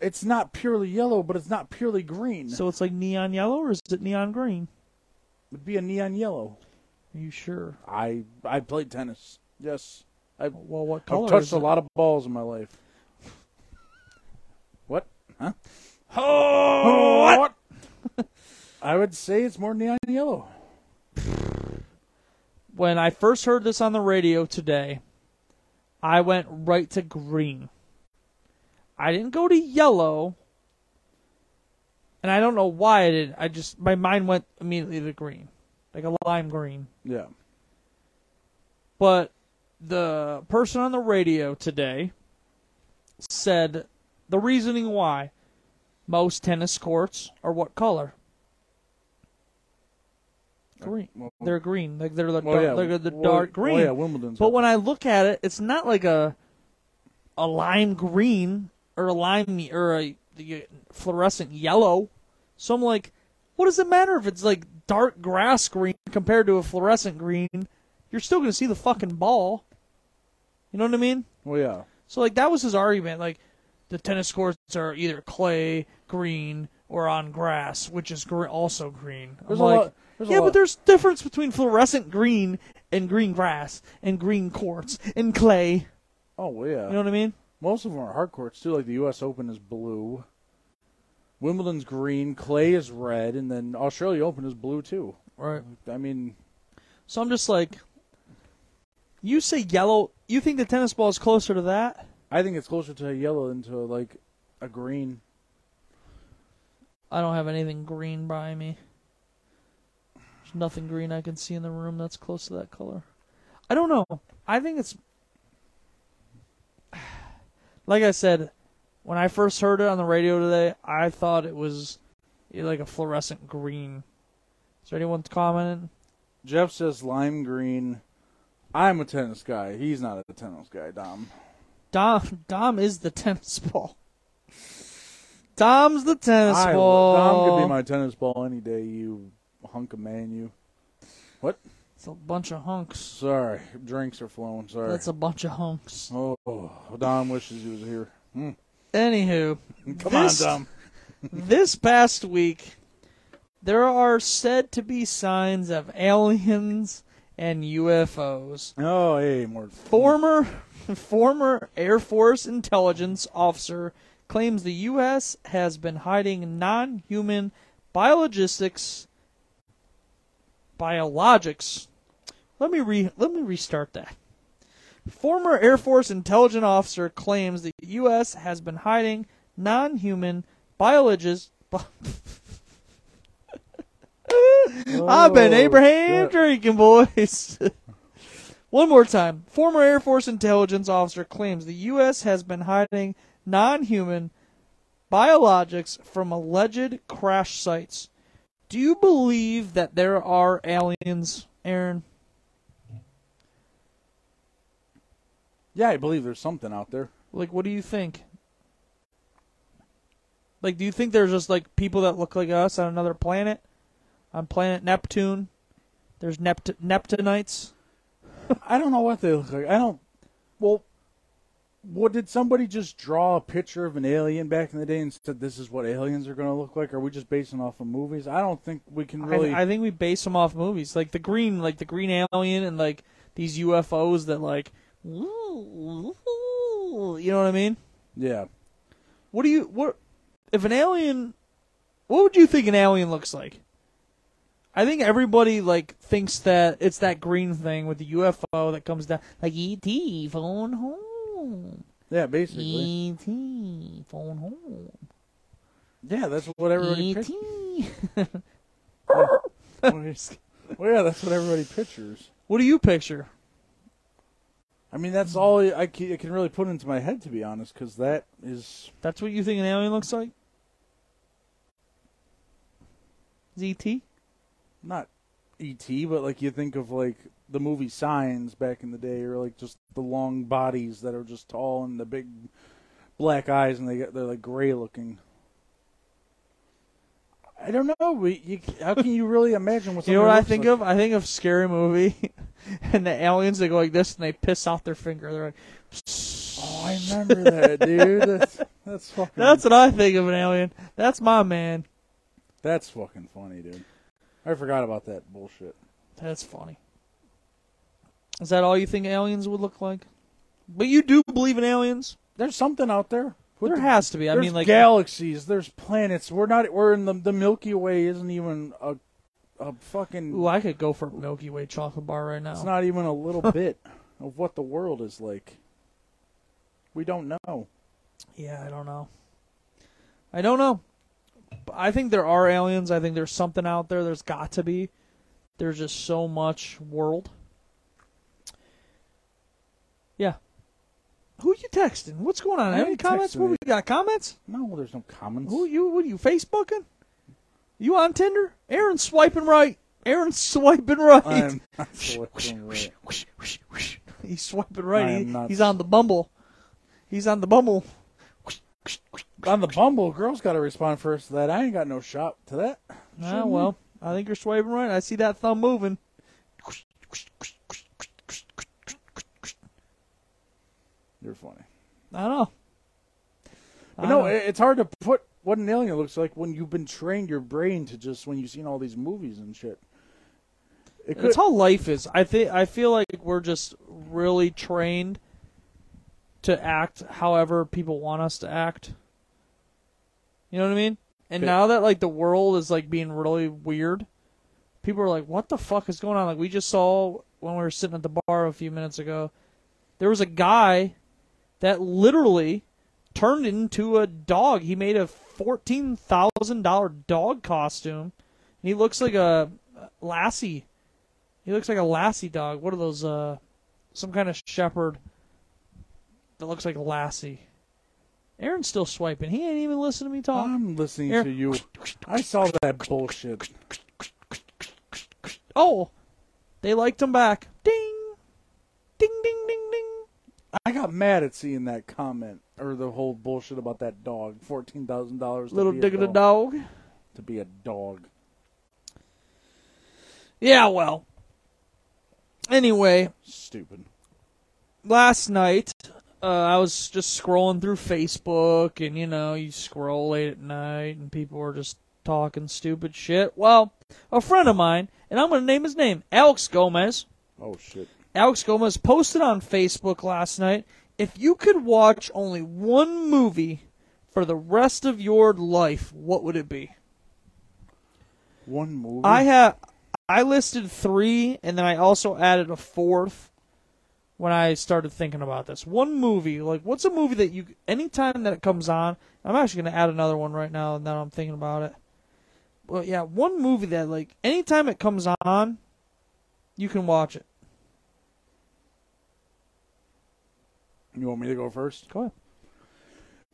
S2: It's not purely yellow, but it's not purely green.
S1: so it's like neon yellow, or is it neon green?
S2: it would be a neon yellow.
S1: Are you sure?
S2: I I played tennis. Yes, I've,
S1: Well, what color?
S2: I've touched
S1: is
S2: a
S1: it?
S2: lot of balls in my life. What? Huh?
S1: Oh, what?
S2: I would say it's more neon yellow.
S1: when I first heard this on the radio today, I went right to green. I didn't go to yellow. And I don't know why I did. I just my mind went immediately to green. Like a lime green.
S2: Yeah.
S1: But the person on the radio today said the reasoning why most tennis courts are what color? Green.
S2: Well,
S1: They're green. Like they're the
S2: well,
S1: dark,
S2: yeah.
S1: they're the
S2: Well,
S1: dark green.
S2: well, yeah, Wimbledon's.
S1: But when I look at it, it's not like a a lime green or a lime or a the fluorescent yellow. So I'm like, what does it matter if it's like dark grass green compared to a fluorescent green? You're still gonna see the fucking ball. You know what I mean?
S2: well, yeah.
S1: So like that was his argument. Like the tennis courts are either clay green or on grass, which is gr- also green. I'm
S2: There's a
S1: like,
S2: lot- there's a
S1: yeah,
S2: lot-
S1: but there's difference between fluorescent green and green grass and green courts and clay.
S2: Oh, well, yeah.
S1: You know what I mean?
S2: Most of them are hard courts too. Like the U.S. Open is blue. Wimbledon's green. Clay is red, and then Australia Open is blue too.
S1: Right.
S2: I mean,
S1: So I'm just like, you say yellow. You think the tennis ball is closer to that?
S2: I think it's closer to a yellow than to like a green.
S1: I don't have anything green by me. There's nothing green I can see in the room that's close to that color. I don't know. I think it's like I said when I first heard it on the radio today. I thought it was eh, like a fluorescent green. Is there anyone commenting?
S2: Jeff says lime green. I'm a tennis guy. He's not a tennis guy, Dom.
S1: Dom Dom is the tennis ball. Dom's the tennis
S2: I,
S1: ball.
S2: Dom could be my tennis ball any day, you hunk of man, you.
S1: It's a bunch of hunks.
S2: Sorry, drinks are flowing. Sorry.
S1: That's a bunch of hunks.
S2: oh, Dom wishes he was here. Hmm.
S1: Anywho,
S2: Come
S1: This-
S2: on, Dom.
S1: this past week, there are said to be signs of aliens and UFOs.
S2: Oh, hey, more.
S1: Former former Air Force intelligence officer claims the US has been hiding non-human biologistics biologics. Let me re let me restart that. Former Air Force intelligence officer claims the US has been hiding non-human biologists I've been
S2: Oh,
S1: Abraham
S2: shit.
S1: drinking, boys. One more time. Former Air Force intelligence officer claims the U.S. has been hiding non human biologics from alleged crash sites. Do you believe that there are aliens, Aaron?
S2: Yeah, I believe there's something out there.
S1: Like, what do you think? Like, do you think there's just like people that look like us on another planet? On planet Neptune? There's Nept- Neptunites?
S2: I don't know what they look like. I don't. Well, what did somebody just draw a picture of an alien back in the day and said this is what aliens are going to look like? Are we just basing off of movies? I don't think we can really.
S1: I, I think we base them off movies, like the green, like the green alien, and like these UFOs that like, ooh, ooh, you know what I mean?
S2: yeah.
S1: What do you what if an alien? What would you think an alien looks like? I think everybody like thinks that it's that green thing with the UFO that comes down, like ET phone home, E
S2: Yeah, basically.
S1: ET phone home. E
S2: Yeah, that's what everybody oh, pictures.
S1: E.T..
S2: well, yeah, that's what everybody pictures.
S1: what do you picture?
S2: I mean, that's all I ca- I can really put into my head, to be honest, because that is.
S1: That's what you think an alien looks like? ZT?
S2: not ET, but like you think of like the movie Signs back in the day, or like just the long bodies that are just tall and the big black eyes, and they get they're like gray looking. I don't know. We, you, how can you really imagine what?
S1: You know what I
S2: somebody
S1: think
S2: looks
S1: of? I think of scary movie, and the aliens they go like this and they piss off their finger. They're like,
S2: like? Oh, I remember that, dude. That's that's fucking.
S1: "That's what I think of an alien. That's my man.
S2: that's fucking funny, dude. I forgot about that bullshit.
S1: That's funny." Is that all you think aliens would look like? But you do believe in aliens?
S2: There's something out there. What
S1: there
S2: the
S1: has to be. I
S2: there's
S1: mean, like,
S2: galaxies. There's planets. We're not. We're in the the Milky Way. Isn't even a a fucking.
S1: ooh, I could go for a Milky Way chocolate bar right now.
S2: It's not even a little bit of what the world is like. We don't know.
S1: Yeah, I don't know. I don't know. But I think there are aliens. I think there's something out there. There's got to be. There's just so much world. Yeah. Who you texting? What's going on?
S2: I
S1: Any
S2: ain't
S1: comments?
S2: texting
S1: What we
S2: you.
S1: got? Comments?
S2: No, there's no comments.
S1: Who you? What are you Facebooking? You on Tinder? Aaron swiping right. Aaron swiping right.
S2: I am not selecting right.
S1: He's swiping right.
S2: I am
S1: He-
S2: not
S1: he's
S2: s-
S1: on the Bumble. He's on the Bumble.
S2: On the Bumble, girls got to respond first to that. I ain't got no shot to that.
S1: Ah, well, I think you're swiping right. I see that thumb moving.
S2: You're funny.
S1: I don't know. I
S2: But no,
S1: don't know.
S2: it, it's hard to put what an alien looks like when you've been trained your brain to just when you've seen all these movies and shit. It could,
S1: it's how life is. I think I feel like we're just really trained to act however people want us to act. You know what I mean? And
S2: Bit.
S1: now that like the world is like being really weird, people are like, "What the fuck is going on?" Like we just saw when we were sitting at the bar a few minutes ago, there was a guy that literally turned into a dog. He made a fourteen thousand dollar dog costume, and he looks like a lassie. He looks like a lassie dog. What are those? Uh, some kind of shepherd that looks like a lassie. Aaron's still swiping. He ain't even listening to me talk.
S2: I'm listening
S1: Here.
S2: to you. I saw that bullshit.
S1: Oh, they liked him back. Ding, ding, ding, ding, ding.
S2: I got mad at seeing that comment or the whole bullshit about that dog. Fourteen thousand dollars.
S1: Little
S2: be
S1: dig
S2: a
S1: of the dog.
S2: To be a dog.
S1: Yeah, well. Anyway,
S2: Stupid.
S1: last night uh, I was just scrolling through Facebook, and you know, you scroll late at night, and people are just talking stupid shit. Well, a friend of mine, and I'm gonna name his name, Alex Gomez.
S2: Oh shit.
S1: Alex Gomez posted on Facebook last night if you could watch only one movie for the rest of your life, what would it be?
S2: One movie.
S1: I have I listed 3 and then I also added a fourth when I started thinking about this. One movie, like what's a movie that you anytime that it comes on, I'm actually going to add another one right now and then I'm thinking about it. But yeah, one movie that like anytime it comes on, you can watch it.
S2: You want me to go first?
S1: Go ahead.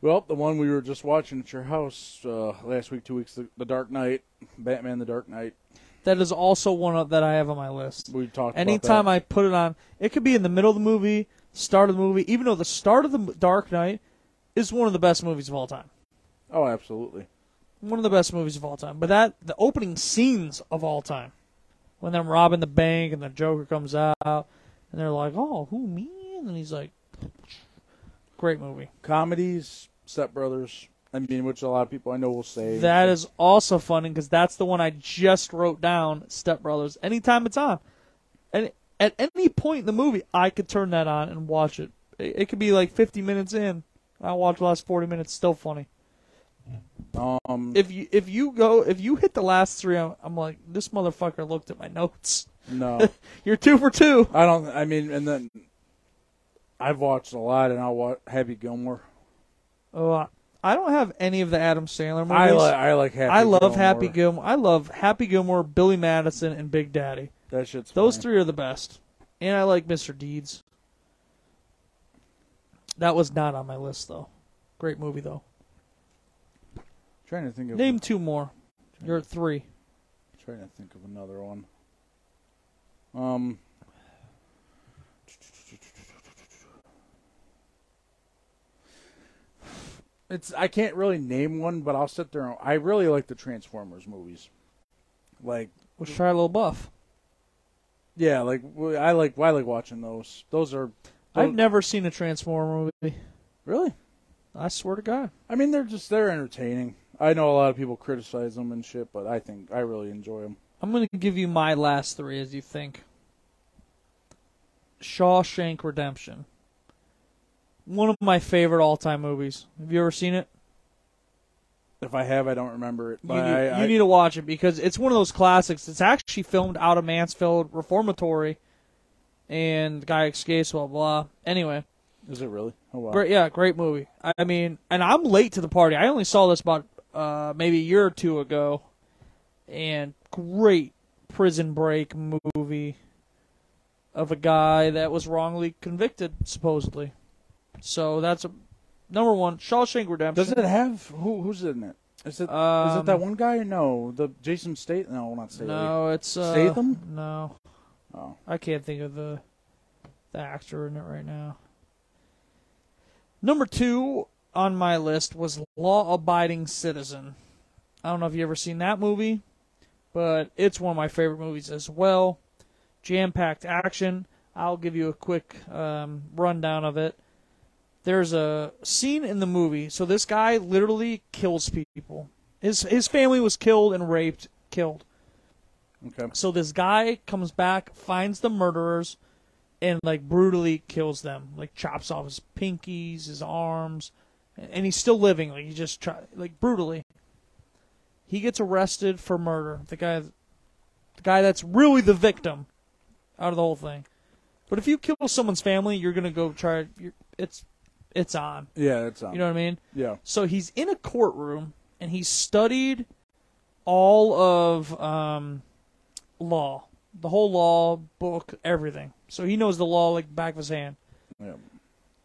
S2: Well, the one we were just watching at your house uh, last week, two weeks, the, the Dark Knight, Batman, the Dark Knight.
S1: That is also one of, that I have on my list.
S2: We talked.
S1: Anytime
S2: about
S1: I put it on, it could be in the middle of the movie, start of the movie, even though the start of the m- Dark Knight is one of the best movies of all time.
S2: that. Oh, absolutely.
S1: One of the best movies of all time. But that the opening scenes of all time. When they're robbing the bank and the Joker comes out and they're like, "Oh, who me?" and he's like, "Great movie."
S2: Comedies, Step Brothers. I mean, which a lot of people I know will say
S1: That is also funny because that's the one I just wrote down. Step Brothers. Anytime it's on, and at any point in the movie, I could turn that on and watch it. It, it could be like 50 minutes in. I watch the last 40 minutes. Still funny.
S2: Um,
S1: If you if you go if you hit the last three, I'm, I'm like this motherfucker looked at my notes.
S2: no,
S1: You're two for two.
S2: I don't. I mean, and then I've watched a lot, and I'll watch Happy Gilmore.
S1: Oh, I, I don't have any of the Adam Sandler movies.
S2: I, li- I like Happy.
S1: I love
S2: Gilmore.
S1: Happy Gilmore. I love Happy Gilmore, Billy Madison, and Big Daddy.
S2: That shit's
S1: Those
S2: fine.
S1: three are the best. And I like Mr. Deeds. That was not on my list though. Great movie though.
S2: trying to think of
S1: Name two more. You're at three.
S2: Trying to think of another one. Um. It's I can't really name one, but I'll sit there. And, I really like the Transformers movies. Like
S1: With Shia LaBeouf.
S2: yeah, like w- I like I like watching those. Those are
S1: I've never seen a Transformer movie.
S2: really.
S1: I swear to God.
S2: I mean, they're just they're entertaining. I know a lot of people criticize them and shit, but I think I really enjoy them.
S1: I'm gonna give you my last three as you think. Shawshank Redemption. One of my favorite all time movies. Have you ever seen it?
S2: If I have, I don't remember it.
S1: You,
S2: But
S1: need,
S2: I,
S1: you
S2: I-
S1: need to watch it because it's one of those classics. It's actually filmed out of Mansfield Reformatory, and the guy escapes. Blah blah. Anyway,
S2: is it really? Oh wow.
S1: great. Yeah, great movie. I, I mean, and I'm late to the party. I only saw this about uh, maybe a year or two ago, and great prison break movie of a guy that was wrongly convicted supposedly. So that's a number one. Shawshank Redemption.
S2: Does it have who? Who's in it? Is it is
S1: Um,
S2: it that one guy? No, the Jason State. No, not State.
S1: No, it's uh,
S2: Statham?
S1: No.
S2: Oh.
S1: I can't think of the the actor in it right now. Number two on my list was Law Abiding Citizen. I don't know if you ever seen that movie, but it's one of my favorite movies as well. Jam packed action. I'll give you a quick um, rundown of it. There's a scene in the movie. So this guy literally kills people. His his family was killed and raped, killed.
S2: Okay.
S1: So this guy comes back, finds the murderers, and like brutally kills them. Like chops off his pinkies, his arms, and he's still living. Like he just try like brutally. He gets arrested for murder. The guy, the guy that's really the victim, out of the whole thing. But if you kill someone's family, you're gonna go try. You're, it's, it's on.
S2: Yeah, that's um,
S1: You know what I mean?
S2: Yeah.
S1: So he's in a courtroom and he studied all of um, law, the whole law book, everything. So he knows the law like the back of his hand.
S2: Yeah.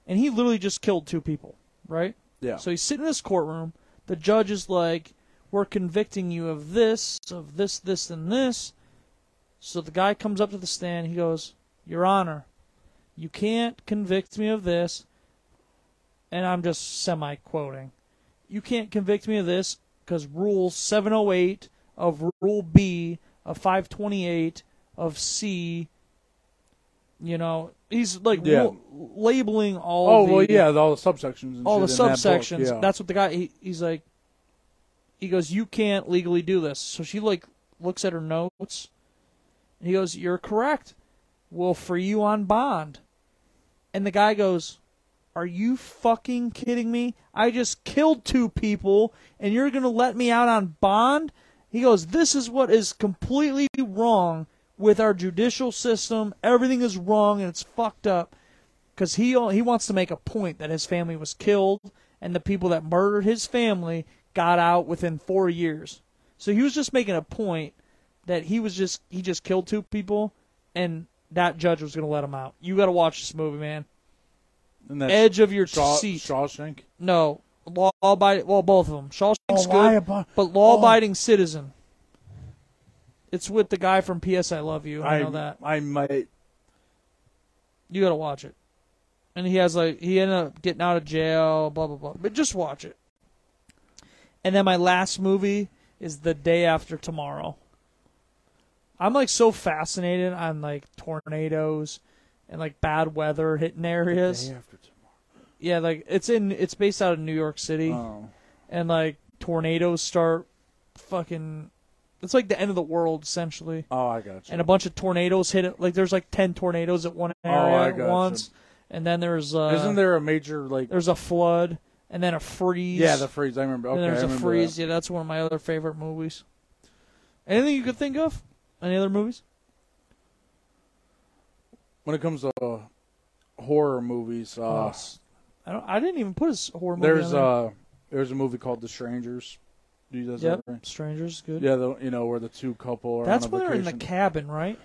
S1: And he literally just killed two people, right?
S2: Yeah.
S1: So he's sitting in this courtroom. The judge is like, "We're convicting you of this, of this, this, and this." So the guy comes up to the stand. He goes, "Your Honor, you can't convict me of this." And I'm just semi quoting. You can't convict me of this because Rule 708 of Rule B of 528 of C. You know, he's like
S2: Yeah.
S1: rule- labeling all.
S2: oh
S1: the,
S2: well, yeah, all the subsections. And
S1: all the
S2: shit in that book,
S1: subsections.
S2: yeah.
S1: That's what the guy he, he's like. He goes, "You can't legally do this." So she like looks at her notes. And he goes, "You're correct. We'll free you on bond." And the guy goes, "Are you fucking kidding me? I just killed two people and you're going to let me out on bond?" He goes, "This is what is completely wrong with our judicial system. Everything is wrong and it's fucked up." because he he wants to make a point that his family was killed and the people that murdered his family got out within four years. So he was just making a point that he was just he just killed two people and that judge was gonna let him out. You gotta watch this movie, man.
S2: and that's
S1: Edge of your
S2: Shaw,
S1: seat.
S2: Shawshank.
S1: No, law abiding. Well, both of them. Shawshank's
S2: Oh, lie
S1: good,
S2: about-
S1: but law abiding citizen. It's with the guy from P.S. I Love You. I,
S2: I
S1: know that.
S2: I might.
S1: You gotta watch it. And he has like he ended up getting out of jail, blah blah blah. But just watch it. And then my last movie is The Day After Tomorrow. I'm like so fascinated on like tornadoes and like bad weather hitting areas.
S2: Day after tomorrow.
S1: Yeah, like it's in it's based out of New York City
S2: Oh.
S1: and like tornadoes start fucking it's like the end of the world essentially
S2: Oh, I got you.
S1: and a bunch of tornadoes hit it. Like there's like ten tornadoes at one area
S2: Oh, I
S1: at
S2: gotcha.
S1: once, and then there's uh,
S2: Isn't there a major like?
S1: there's a flood and then a freeze.
S2: Yeah, the freeze. I remember.
S1: and
S2: Okay,
S1: then there's
S2: I
S1: a
S2: remember
S1: freeze.
S2: that.
S1: Yeah, that's one of my other favorite movies. Anything you could think of? Any other movies?
S2: When it comes to uh, horror movies, uh,
S1: Oh, s- I don't. I didn't even put a s- horror movie. on
S2: there's
S1: there.
S2: uh, There was a movie called The Strangers. Do you guys
S1: Yep.
S2: ever-
S1: Strangers, good.
S2: Yeah, the, you know where the two couple are.
S1: That's
S2: on a
S1: when they're in the
S2: vacation.
S1: cabin, right?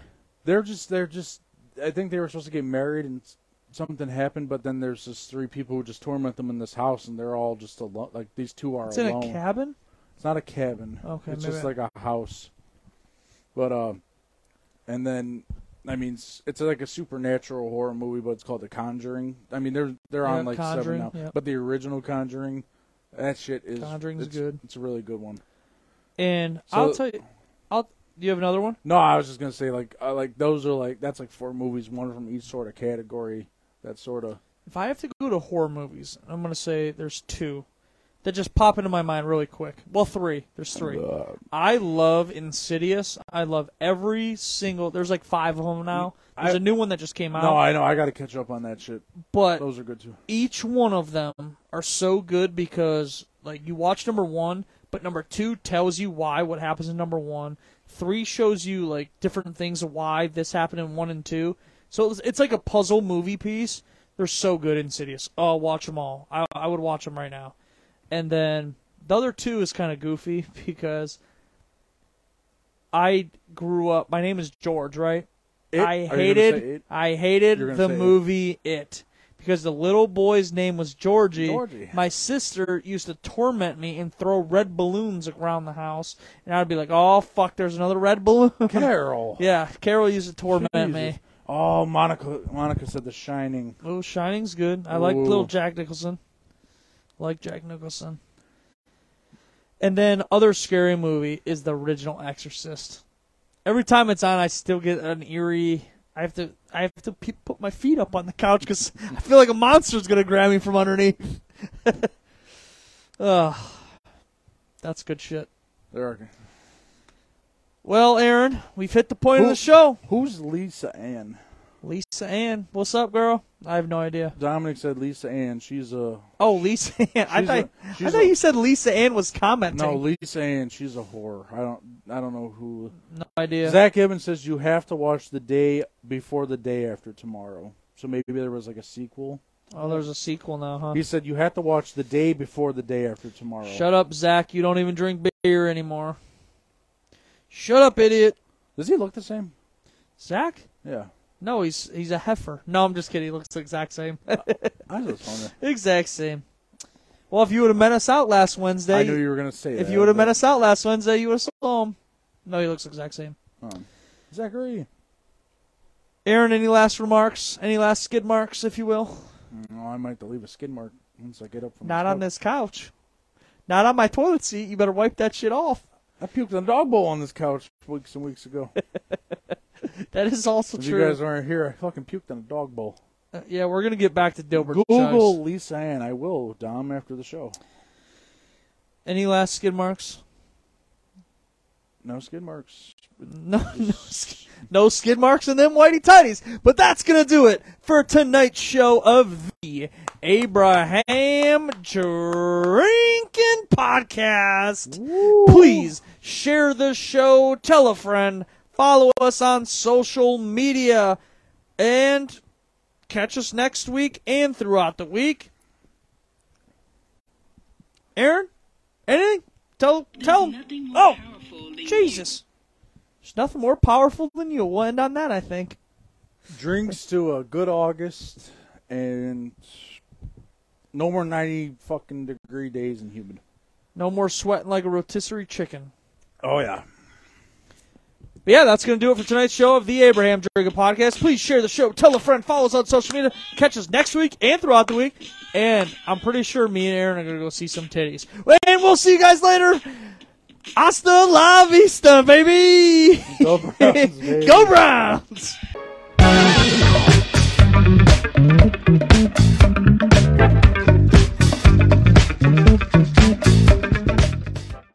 S2: They're just they're just. I think they were supposed to get married and s- something happened, but then there's just three people who just torment them in this house, and they're all just alone. Like these two are
S1: It's in
S2: alone.
S1: a cabin.
S2: It's not a cabin.
S1: Okay,
S2: It's
S1: maybe
S2: just
S1: I-
S2: like a house. But um, and then I mean it's, it's like a supernatural horror movie, but it's called The Conjuring. I mean they're they're
S1: Yeah,
S2: on like
S1: Conjuring,
S2: seven now,
S1: yeah.
S2: but the original Conjuring, that shit is
S1: Conjuring's
S2: it's-
S1: good.
S2: It's a really good one.
S1: And
S2: So-
S1: I'll tell you, I'll. Do you have another one?
S2: No, I was just gonna say like I like those are like that's like four movies, one from each sort of category. That sort of
S1: If I have to go to horror movies, I'm gonna say there's two that just pop into my mind really quick. Well, three. There's three. I love Insidious. I love every single. There's like five of them now. There's
S2: I-
S1: a new one that just came out.
S2: no, I know I got to catch up on that shit.
S1: but
S2: Those are good too.
S1: each one of them are so good because like you watch number one, but number two tells you why what happens in number one. Three shows you like different things of why this happened in one and two. So it's, it's like a puzzle movie piece. They're so good, Insidious. Oh, watch them all. I I would watch them right now. And then the other two is kind of goofy because I grew up. My name is George, right?
S2: It? Are
S1: I
S2: you gonna say
S1: hated
S2: it?
S1: I hated
S2: You're gonna
S1: the
S2: say it.
S1: movie it because the little boy's name was Georgie.
S2: Georgie.
S1: My sister used to torment me and throw red balloons around the house, and I'd be like, "Oh fuck, there's another red balloon."
S2: Carol.
S1: yeah, Carol used to torment
S2: Jesus.
S1: me.
S2: Oh, Monica. Monica said The Shining.
S1: Oh, Shining's good. I like
S2: Ooh.
S1: little Jack Nicholson. I like Jack Nicholson. And then other scary movie is the original Exorcist. Every time it's on, I still get an eerie. I have to I have to pe- put my feet up on the couch because I feel like a monster's gonna grab me from underneath. Ugh. that's good shit.
S2: There are.
S1: Well, Aaron, we've hit the point of
S2: Who-
S1: the show.
S2: Who's Lisa Ann?
S1: Lisa Ann, what's up, girl? I have no idea.
S2: Dominic said Lisa Ann. She's a
S1: Oh, Lisa Ann. I
S2: She's
S1: thought,
S2: a-
S1: I
S2: she's
S1: thought
S2: a-
S1: you said Lisa Ann was commenting.
S2: no
S1: No,
S2: Lisa Ann. She's a whore. I don't. I don't know who.
S1: idea.
S2: Zach Evans says you have to watch the day before the day after tomorrow. So maybe there was like a sequel.
S1: oh, there's a sequel now, huh?
S2: He said you have to watch the day before the day after tomorrow.
S1: Shut up, Zach. You don't even drink beer anymore. Shut up, idiot.
S2: Does he look the same?
S1: Zach?
S2: Yeah.
S1: No, he's he's a heifer. No, I'm just kidding. He looks the exact same.
S2: I just wonder.
S1: exact same. Well, if you would have met us out last Wednesday,
S2: I knew you were gonna say that.
S1: if you would have met
S2: but-
S1: us out last Wednesday, you would have saw him. No, he looks the exact same.
S2: um, Zachary.
S1: Aaron, any last remarks? Any last skid marks, if you will?
S2: No, Mm, oh, I might have to leave a skin mark once I get up from.
S1: Not on
S2: couch.
S1: this couch. Not on my toilet seat. You better wipe that shit off.
S2: I puked on a dog bowl on this couch weeks and weeks ago.
S1: That is also
S2: if
S1: true.
S2: you guys aren't here, I fucking puked on a dog bowl.
S1: Uh, yeah, we're gonna get back to Dilbert.
S2: Google
S1: Chugs.
S2: Lisa Ann. I will, Dom, after the show.
S1: Any last skid marks?
S2: No skid marks.
S1: No, no, sk- no skid marks in them whitey tighties. But that's gonna do it for tonight's show of the Abraham Drinking Podcast. Please share the show, tell a friend, follow us on social media, and catch us next week and throughout the week. Aaron, anything? Tell tell.
S4: Nothing more
S1: Oh.
S4: powerful than
S1: Jesus. There's nothing more powerful than you. We'll end on that, I think.
S2: Drinks to a good August and no more 90 fucking degree days and humid.
S1: No more sweating like a rotisserie chicken.
S2: Oh, yeah.
S1: But yeah, that's going to do it for tonight's show of the Abraham Jurgen podcast. Please share the show, tell a friend, follow us on social media, catch us next week and throughout the week. And I'm pretty sure me and Aaron are going to go see some titties. And we'll see you guys later. Hasta la vista, baby.
S2: Go Browns, baby.
S1: Go Browns.